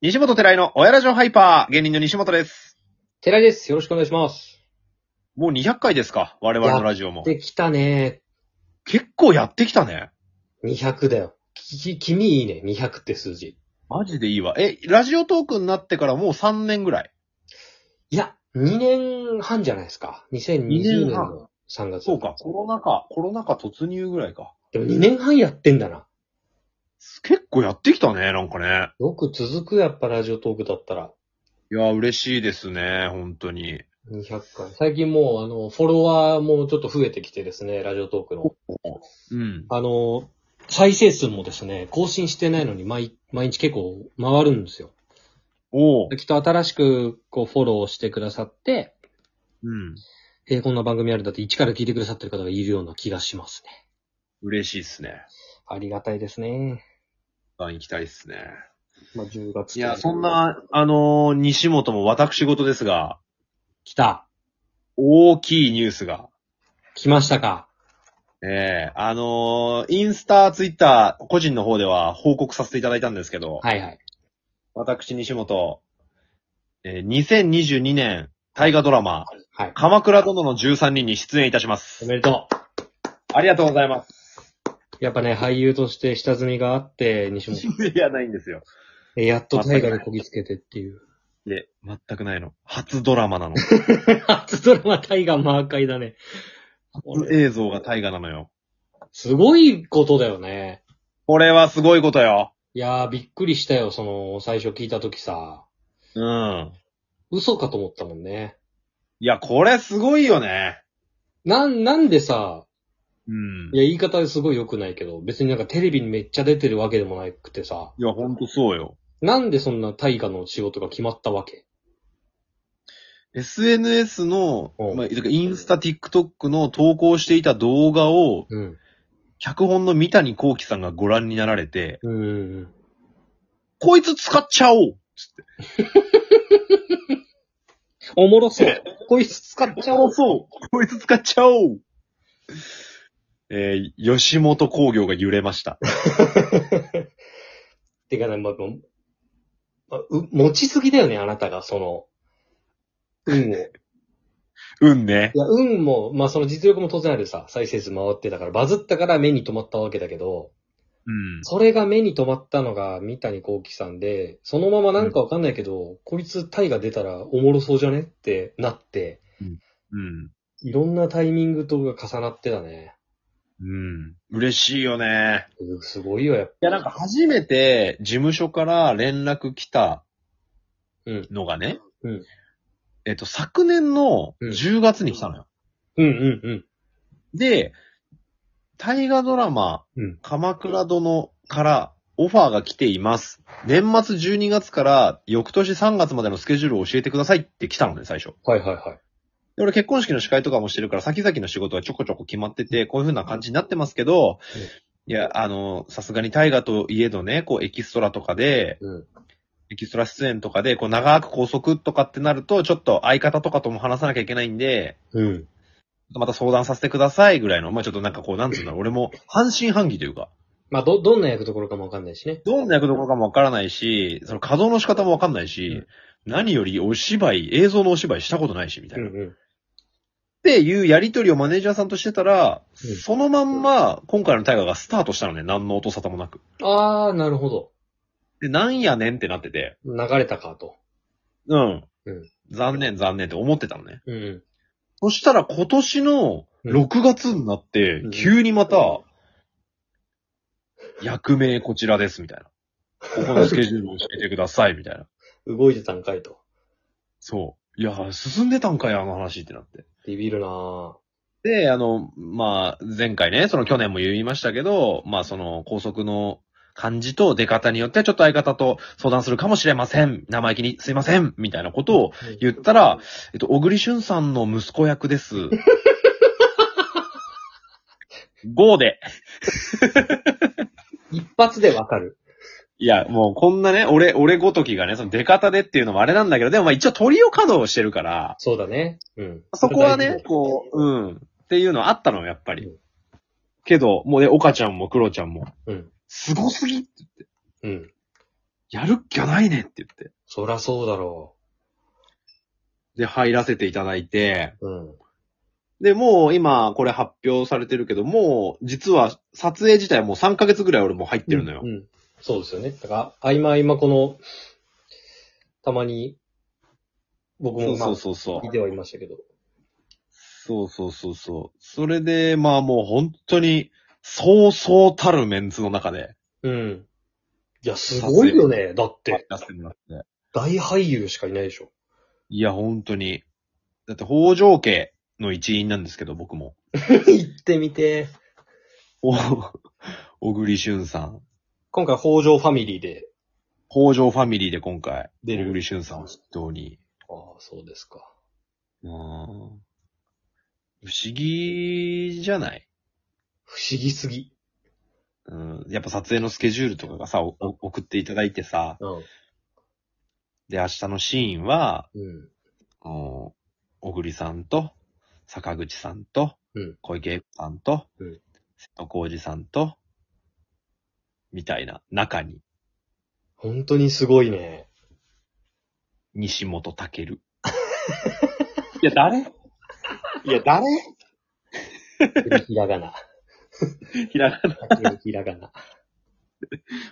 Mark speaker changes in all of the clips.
Speaker 1: 西本寺井の親ラジオハイパー、芸人の西本です。
Speaker 2: 寺井です。よろしくお願いします。
Speaker 1: もう200回ですか我々のラジオも。
Speaker 2: できたね。
Speaker 1: 結構やってきたね。
Speaker 2: 200だよ。き、君いいね。200って数字。
Speaker 1: マジでいいわ。え、ラジオトークになってからもう3年ぐらい。
Speaker 2: いや、2年半じゃないですか。2020
Speaker 1: 二年
Speaker 2: 年
Speaker 1: 半
Speaker 2: の3月。
Speaker 1: そうか、コロナ禍、コロナ禍突入ぐらいか。
Speaker 2: でも2年半やってんだな。
Speaker 1: 結構やってきたね、なんかね。
Speaker 2: よく続く、やっぱラジオトークだったら。
Speaker 1: いや、嬉しいですね、本当に。
Speaker 2: 200回。最近もう、あの、フォロワーもちょっと増えてきてですね、ラジオトークの。
Speaker 1: うん。
Speaker 2: あの、再生数もですね、更新してないのに毎、毎日結構回るんですよ。
Speaker 1: おう。
Speaker 2: きっと新しく、こう、フォローしてくださって、
Speaker 1: うん。
Speaker 2: えーこんな番組あるんだって一から聞いてくださってる方がいるような気がしますね。
Speaker 1: 嬉しいっすね。
Speaker 2: ありがたいですね。
Speaker 1: 行きたいっすね。
Speaker 2: まあ、10月
Speaker 1: いや、そん。な、あのー西本も私事ですが、
Speaker 2: 来た。
Speaker 1: 大きいニュースが。
Speaker 2: 来ましたか。
Speaker 1: ええあのーインスタ、ツイッター、個人の方では報告させていただいたんですけど、
Speaker 2: はいはい。
Speaker 1: 私、西本、えー2022年、大河ドラマ、
Speaker 2: はい。
Speaker 1: 鎌倉殿の13人に出演いたしま
Speaker 2: お
Speaker 1: す。
Speaker 2: めでと
Speaker 1: ありがとうございます。
Speaker 2: う。やっぱね、俳優として下積みがあって、西本。
Speaker 1: いや、ないんですよ。
Speaker 2: えーやっと大河にこぎつけてっていう。
Speaker 1: で、全くないの。初ドラマなの。
Speaker 2: 初ドラマ大河マーカイだね。これ
Speaker 1: 映像が大河なのよ。
Speaker 2: すごいことだよね。
Speaker 1: これはすごいことよ。
Speaker 2: いやー、びっくりしたよ、その、最初聞いた時さ。
Speaker 1: うん。
Speaker 2: 嘘かと思ったもんね。
Speaker 1: いや、これすごいよね。
Speaker 2: なん、なんでさ、
Speaker 1: うん。
Speaker 2: いや、言い方すごい良くないけど、別になんかテレビにめっちゃ出てるわけでもなくてさ、
Speaker 1: いや、ほんとそうよ。
Speaker 2: なんでそんな大河の仕事が決まったわけ
Speaker 1: SNS の、
Speaker 2: うん
Speaker 1: まあ、インスタ、TikTok の投稿していた動画を、
Speaker 2: うん。
Speaker 1: 脚本の三谷幸喜さんがご覧になられて、
Speaker 2: うんうん
Speaker 1: こいつ使っちゃおう
Speaker 2: うん。おもろ そう。こいつ使っちゃおう。
Speaker 1: そうこいつ使っちゃおうえー吉本工業が揺れました。
Speaker 2: てかね、まあ、もまあう持ちすぎだよね、あなたが、その、 運を。い
Speaker 1: うんね。
Speaker 2: や、運も、まあその実力も当然あるさ、再生数回ってたから、バズったから目に留まったわけだけど、
Speaker 1: うん。
Speaker 2: それが目に留まったのが三谷幸喜さんで、そのままなんかわかんないけど、こいつタイが出たらおもろそうじゃねってなって、
Speaker 1: うん。
Speaker 2: いろんなタイミングとが重なってたね。
Speaker 1: うん。嬉しいよね。
Speaker 2: うんすごいよ、やっぱ。
Speaker 1: いや、なんか初めて事務所から連絡来たのがね、
Speaker 2: うんうん
Speaker 1: えっと、昨年の10月に来たのよ。
Speaker 2: うんうんうん。
Speaker 1: で、大河ドラマ、
Speaker 2: うん
Speaker 1: 鎌倉殿からオファーが来ています。年末12月から翌年3月までのスケジュールを教えてくださいって来たのね、最初。
Speaker 2: はいはいはい。
Speaker 1: で俺結婚式の司会とかもしてるから、先々の仕事はちょこちょこ決まってて、こういう風な感じになってますけど、いや、あの、さすがに大河といえどね、こうエキストラとかで、
Speaker 2: うん。
Speaker 1: エキストラ出演とかで、こう長く拘束とかってなると、ちょっと相方とかとも話さなきゃいけないんで、
Speaker 2: うん。
Speaker 1: また相談させてくださいぐらいの、まあちょっとなんかこう、なんつうん だろう、俺も半信半疑というか、
Speaker 2: まあ、ど、どんな役どころかもわかんないしね。
Speaker 1: どんな役どころかもわからないし、その稼働の仕方もわかんないし、何よりお芝居、映像のお芝居したことないし、みた
Speaker 2: う
Speaker 1: い
Speaker 2: ん
Speaker 1: な。っ
Speaker 2: うん。
Speaker 1: ていうやりとりをマネージャーさんとしてたら、
Speaker 2: うん
Speaker 1: そのまんま、今回の大河がスタートしたのね、何の音沙汰もなく。
Speaker 2: あー、なるほど。
Speaker 1: で、なんやねんってなってて、
Speaker 2: 流れたかと。
Speaker 1: うん。
Speaker 2: うん
Speaker 1: 残念残念って思ってたのね。
Speaker 2: うんうん。
Speaker 1: そしたら今年の6月になって
Speaker 2: うん、
Speaker 1: 急にまた、役名こちらです、みたいな。ここのスケジュールを教えてください、みたいな。
Speaker 2: 動いてたんかいと。
Speaker 1: そう。いや、進んでたんかい、あの話ってなって。
Speaker 2: ビビるなぁ。
Speaker 1: で、あの、まあ、前回ね、その去年も言いましたけど、まあ、その、高速の感じと出方によっては、ちょっと相方と相談するかもしれません。生意気にすいません。みたいなことを、言ったら、えっと、小栗旬さんの息子役 です。ゴーで。
Speaker 2: 一発でわかる。
Speaker 1: いや、もうこんなね、俺、俺ごときがね、その出方でっていうのもあれなんだけど、でもまあ一応トリオ稼働してるから、
Speaker 2: そうだね。うん。
Speaker 1: そこは
Speaker 2: 大
Speaker 1: ね
Speaker 2: 事、だ
Speaker 1: こう、うん。っていうのはあったのよ、やっぱ
Speaker 2: う
Speaker 1: り
Speaker 2: ん。
Speaker 1: けど、もうね、岡ちゃんもクロちゃんも。
Speaker 2: うん。
Speaker 1: すごすぎ
Speaker 2: うん。
Speaker 1: やるっきゃないねって言って。
Speaker 2: そらそうだろ
Speaker 1: で、入らせていただいて、
Speaker 2: う。うん。
Speaker 1: で、もう今これ発表されてるけど、もう実は撮影自体もう3ヶ月ぐらい俺もう入ってるのよ。
Speaker 2: うん。そうですよね。だから、合間合間この、たまに、僕もま
Speaker 1: そ
Speaker 2: あ
Speaker 1: う、そうそうそ
Speaker 2: 見
Speaker 1: う。
Speaker 2: てはいましたけど。
Speaker 1: そうそうそうそう。それで、まあもう本当に、そうそうたるメンツの中で
Speaker 2: うん。いや、すごいよね。だっ
Speaker 1: 入
Speaker 2: て、
Speaker 1: らせてもらって。
Speaker 2: 大俳優しかいないでしょ。
Speaker 1: いや、本当に。だって北条家の一員なんですけど、僕も。
Speaker 2: 行ってみて。
Speaker 1: お、小栗旬さん。
Speaker 2: 今回、北条ファミリーで
Speaker 1: 北条ファミリーで今回、
Speaker 2: 出
Speaker 1: 小
Speaker 2: る。
Speaker 1: 栗旬さんを筆頭に。
Speaker 2: ああ、そうですか。
Speaker 1: うん。不思議じゃない
Speaker 2: 不思議すぎ。
Speaker 1: うん、やっぱ撮影のスケジュールとかがさ、おお送っていただいてさ、
Speaker 2: うん。
Speaker 1: で、明日のシーンは、
Speaker 2: うん。
Speaker 1: あの小栗さんと、坂口さんと
Speaker 2: うん、
Speaker 1: 小池栄子さんと、
Speaker 2: うん
Speaker 1: 瀬戸康二さんと、みたいな中に、
Speaker 2: 本当にすごいね。
Speaker 1: 西本 健。いや、誰いや、誰
Speaker 2: ひらがな。
Speaker 1: ひらがな。
Speaker 2: ひらがな。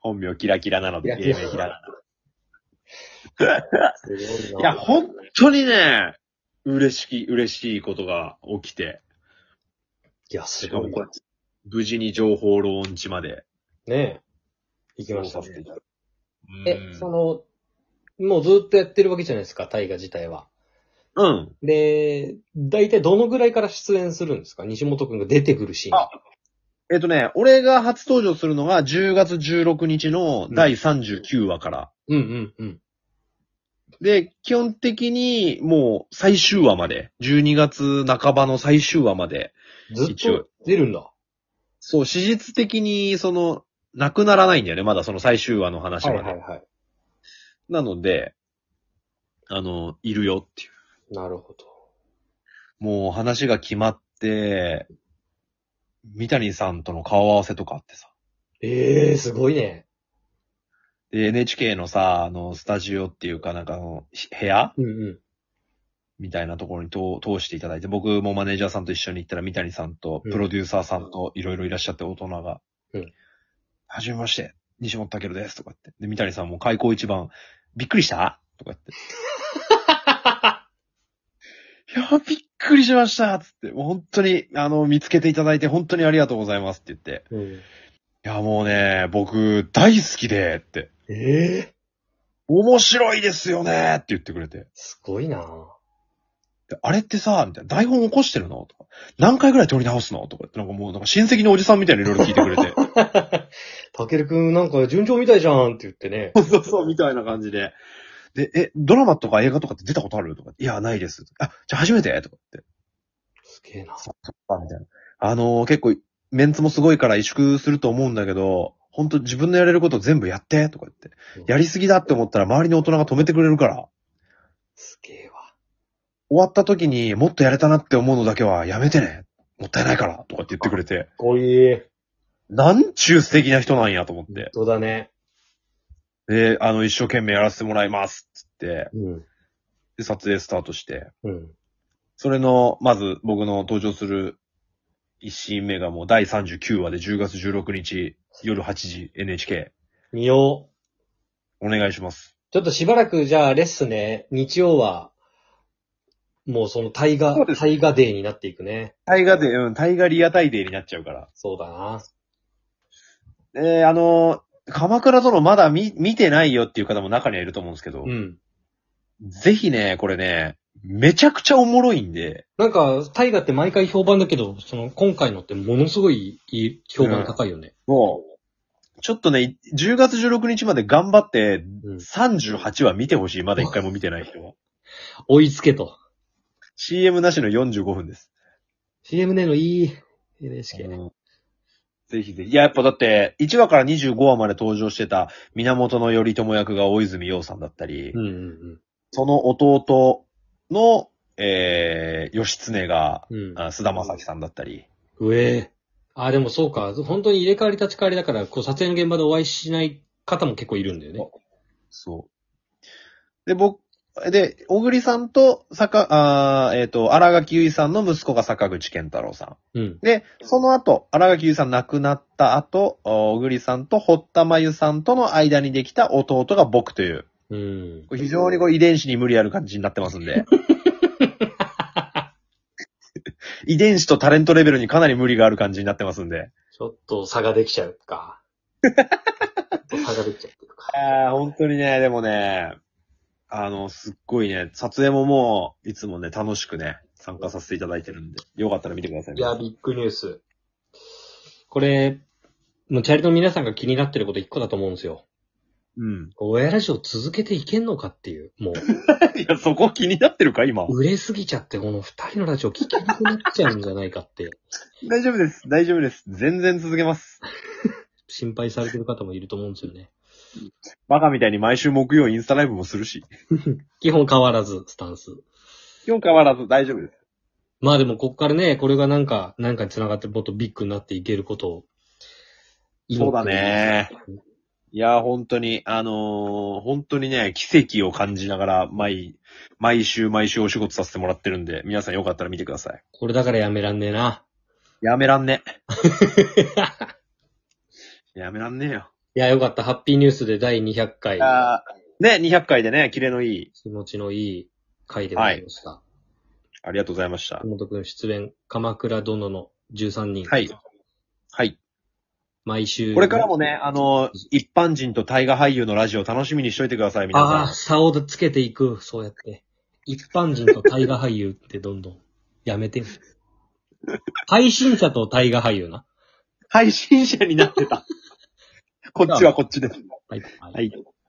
Speaker 1: 本名キラキラなので、
Speaker 2: キラキラ
Speaker 1: 芸名ひらが
Speaker 2: すごい
Speaker 1: な。いや、本当にね、嬉しい、嬉しいことが起きて。
Speaker 2: いや、す
Speaker 1: しか
Speaker 2: ご
Speaker 1: も
Speaker 2: い
Speaker 1: こ。れ、無事に情報ローンチまで
Speaker 2: ねえ。行きましたね
Speaker 1: そうさせていただく
Speaker 2: え、そ
Speaker 1: うん
Speaker 2: の、もうずっとやってるわけじゃないですか、大河自体は。
Speaker 1: うん。
Speaker 2: で、大体どのぐらいから出演するんですか西本くんが出てくるシーン。
Speaker 1: あえっ、とね、俺が初登場するのが10月16日の第39話から。
Speaker 2: うんうんうん。
Speaker 1: で、基本的にもう最終話まで、12月半ばの最終話まで、
Speaker 2: ずっ
Speaker 1: 一応
Speaker 2: と出るんだ。
Speaker 1: そう、史実的にその、なくならないんだよね、まだその最終話の話
Speaker 2: は
Speaker 1: ま
Speaker 2: い
Speaker 1: で。
Speaker 2: はいはい。
Speaker 1: なので、あの、いるよっていう。
Speaker 2: なるほど。
Speaker 1: もう話が決まって、三谷さんとの顔合わせとかあってさ。
Speaker 2: ええー、すごいね。
Speaker 1: で、NHK のさ、あの、スタジオっていうか、なんかあの、ひ部屋
Speaker 2: うんうん。
Speaker 1: みたいなところに通通していただいて、僕もマネージャーさんと一緒に行ったら、三谷さんと、
Speaker 2: うん
Speaker 1: プロデューサーさんと、いろいろいらっしゃって、大人が。
Speaker 2: うん。
Speaker 1: はじめまして、西本健です、とかって。で、三谷さんも開口一番、びっくりしたとかって。いや、びっくりしましたつって、もう本当に、あの、見つけていただいて、本当にありがとうございますって言って。
Speaker 2: うん、
Speaker 1: いや、もうね、僕、大好きで、って。
Speaker 2: ええー、
Speaker 1: 面白いですよねって言ってくれて。
Speaker 2: すごいな
Speaker 1: であれってさ、みたいな、台本起こしてるのとか、何回ぐらい取り直すのとかって、なんかもう、なんか親戚のおじさんみたいにいろいろ聞いてくれて。
Speaker 2: たけるくんなんか順調みたいじゃんって言っ てね。
Speaker 1: そうそう、みたいな感じで。で、え、ドラマとか映画とかって出たことあるとか、いや、ないです。あ、じゃあ初めてとかって。
Speaker 2: すげえな。
Speaker 1: そっか、みたいな。あのー結構、メンツもすごいから萎縮すると思うんだけど、本当自分のやれること全部やって、とか言って。やりすぎだって思ったら周りの大人が止めてくれるから、
Speaker 2: すげえわ。
Speaker 1: 終わった時にもっとやれたなって思うのだけはやめてね。もったいないから、とかって言ってくれて。
Speaker 2: かっこいい。
Speaker 1: なんちゅう素敵な人なんやと思って。
Speaker 2: そうだね。
Speaker 1: で、あの、一生懸命やらせてもらいます。つって、
Speaker 2: うん。
Speaker 1: で、撮影スタートして。
Speaker 2: うん。
Speaker 1: それの、まず僕の登場する一シーン目がもう第39話で10月16日夜8時 NHK。
Speaker 2: 見よう。
Speaker 1: お願いします。
Speaker 2: ちょっとしばらくじゃあレッスンね、日曜は、もうその大
Speaker 1: そう
Speaker 2: 河、
Speaker 1: です
Speaker 2: 大河デーになっていくね。
Speaker 1: 大河で、うん、大河リアタイデーになっちゃうから。
Speaker 2: そうだな。
Speaker 1: えー、あのー鎌倉殿まだ見、見てないよっていう方も中にはいると思うんですけど、
Speaker 2: うん。
Speaker 1: ぜひね、これね、めちゃくちゃおもろいんで、
Speaker 2: なんか、大河って毎回評判だけど、その今回のってものすごいいい評判高いよね。
Speaker 1: もう、ちょっとね、10月16日まで頑張って、
Speaker 2: うん。
Speaker 1: 38話見てほしい。まだ一回も見てない人は。
Speaker 2: 追いつけと。
Speaker 1: CM なしの45分です。
Speaker 2: CM ねのいい NHK。
Speaker 1: うんぜひぜひ。いや、やっぱだって、1話から25話まで登場してた源頼朝役が大泉洋さんだったり、
Speaker 2: うんうん
Speaker 1: その弟の、えー、義経が、
Speaker 2: うん。うん。
Speaker 1: あ菅田正樹さんだったり、
Speaker 2: うえ。あ、でもそうか。本当に入れ替わり立ち替わりだから、こう撮影の現場でお会いしない方も結構いるんだよね。
Speaker 1: そう。で、僕、で、小栗さんと、坂、あーえっ、と、荒垣結衣さんの息子が坂口健太郎さん。
Speaker 2: うん。
Speaker 1: で、その後、荒垣結衣さん亡くなった後、お小栗さんと堀田真由さんとの間にできた弟が僕という、
Speaker 2: うん。
Speaker 1: これ非常にこう遺伝子に無理ある感じになってますん で。遺伝子とタレントレベルにかなり無理がある感じになってますんで。
Speaker 2: ちょっと差ができちゃうか。ちょっと差ができちゃう か。
Speaker 1: ああ、本当にね、でもね、あの、すっごいね、撮影ももう、いつもね、楽しくね、参加させていただいてるんで、よかったら見てください、
Speaker 2: いや、ビッグニュース。これ、もうチャリの皆さんが気になってること一個だと思うんですよ。
Speaker 1: うん。
Speaker 2: 親ラジオ続けていけんのかっていう。も
Speaker 1: いや、そこ気になってるか、今
Speaker 2: う、。売れすぎちゃって、この二人のラジオ聞けなくなっちゃうんじゃないかって、
Speaker 1: 大丈夫です、大丈夫です。全然続けます。
Speaker 2: 心配されてる方もいると思うんですよね。
Speaker 1: バカみたいに毎週木曜インスタライブもするし。
Speaker 2: 基本変わらず、スタンス。
Speaker 1: 今日変わらず大丈夫です。
Speaker 2: まあでも、こっからね、これがなんか、なんかに繋がって、もっとビッグになっていけることを。
Speaker 1: そうだね。いや、本当に、あのー本当にね、奇跡を感じながら、毎、毎週毎週お仕事させてもらってるんで、皆さんよかったら見てください。
Speaker 2: これだからやめらんねえな。
Speaker 1: やめらん ね。やめらんねえよ。
Speaker 2: いや、よかった。ハッピーニュースで第200回、
Speaker 1: あね、200回でね、キレのいい。
Speaker 2: 気持ちのいい回でございました。
Speaker 1: ありがとうございました。
Speaker 2: 本くん出演、鎌倉殿の13人。
Speaker 1: はい。はい。
Speaker 2: 毎週。
Speaker 1: これからもね、あの、一般人と大河俳優のラジオ楽しみにしといてください、皆
Speaker 2: ああ、
Speaker 1: さ
Speaker 2: 差をつけていく、そうやって。一般人と大河俳優ってどんどんや めて。配信者と大河俳優な。
Speaker 1: ん。配信者になってた。こっちはこっちです。
Speaker 2: はい。は
Speaker 1: はい。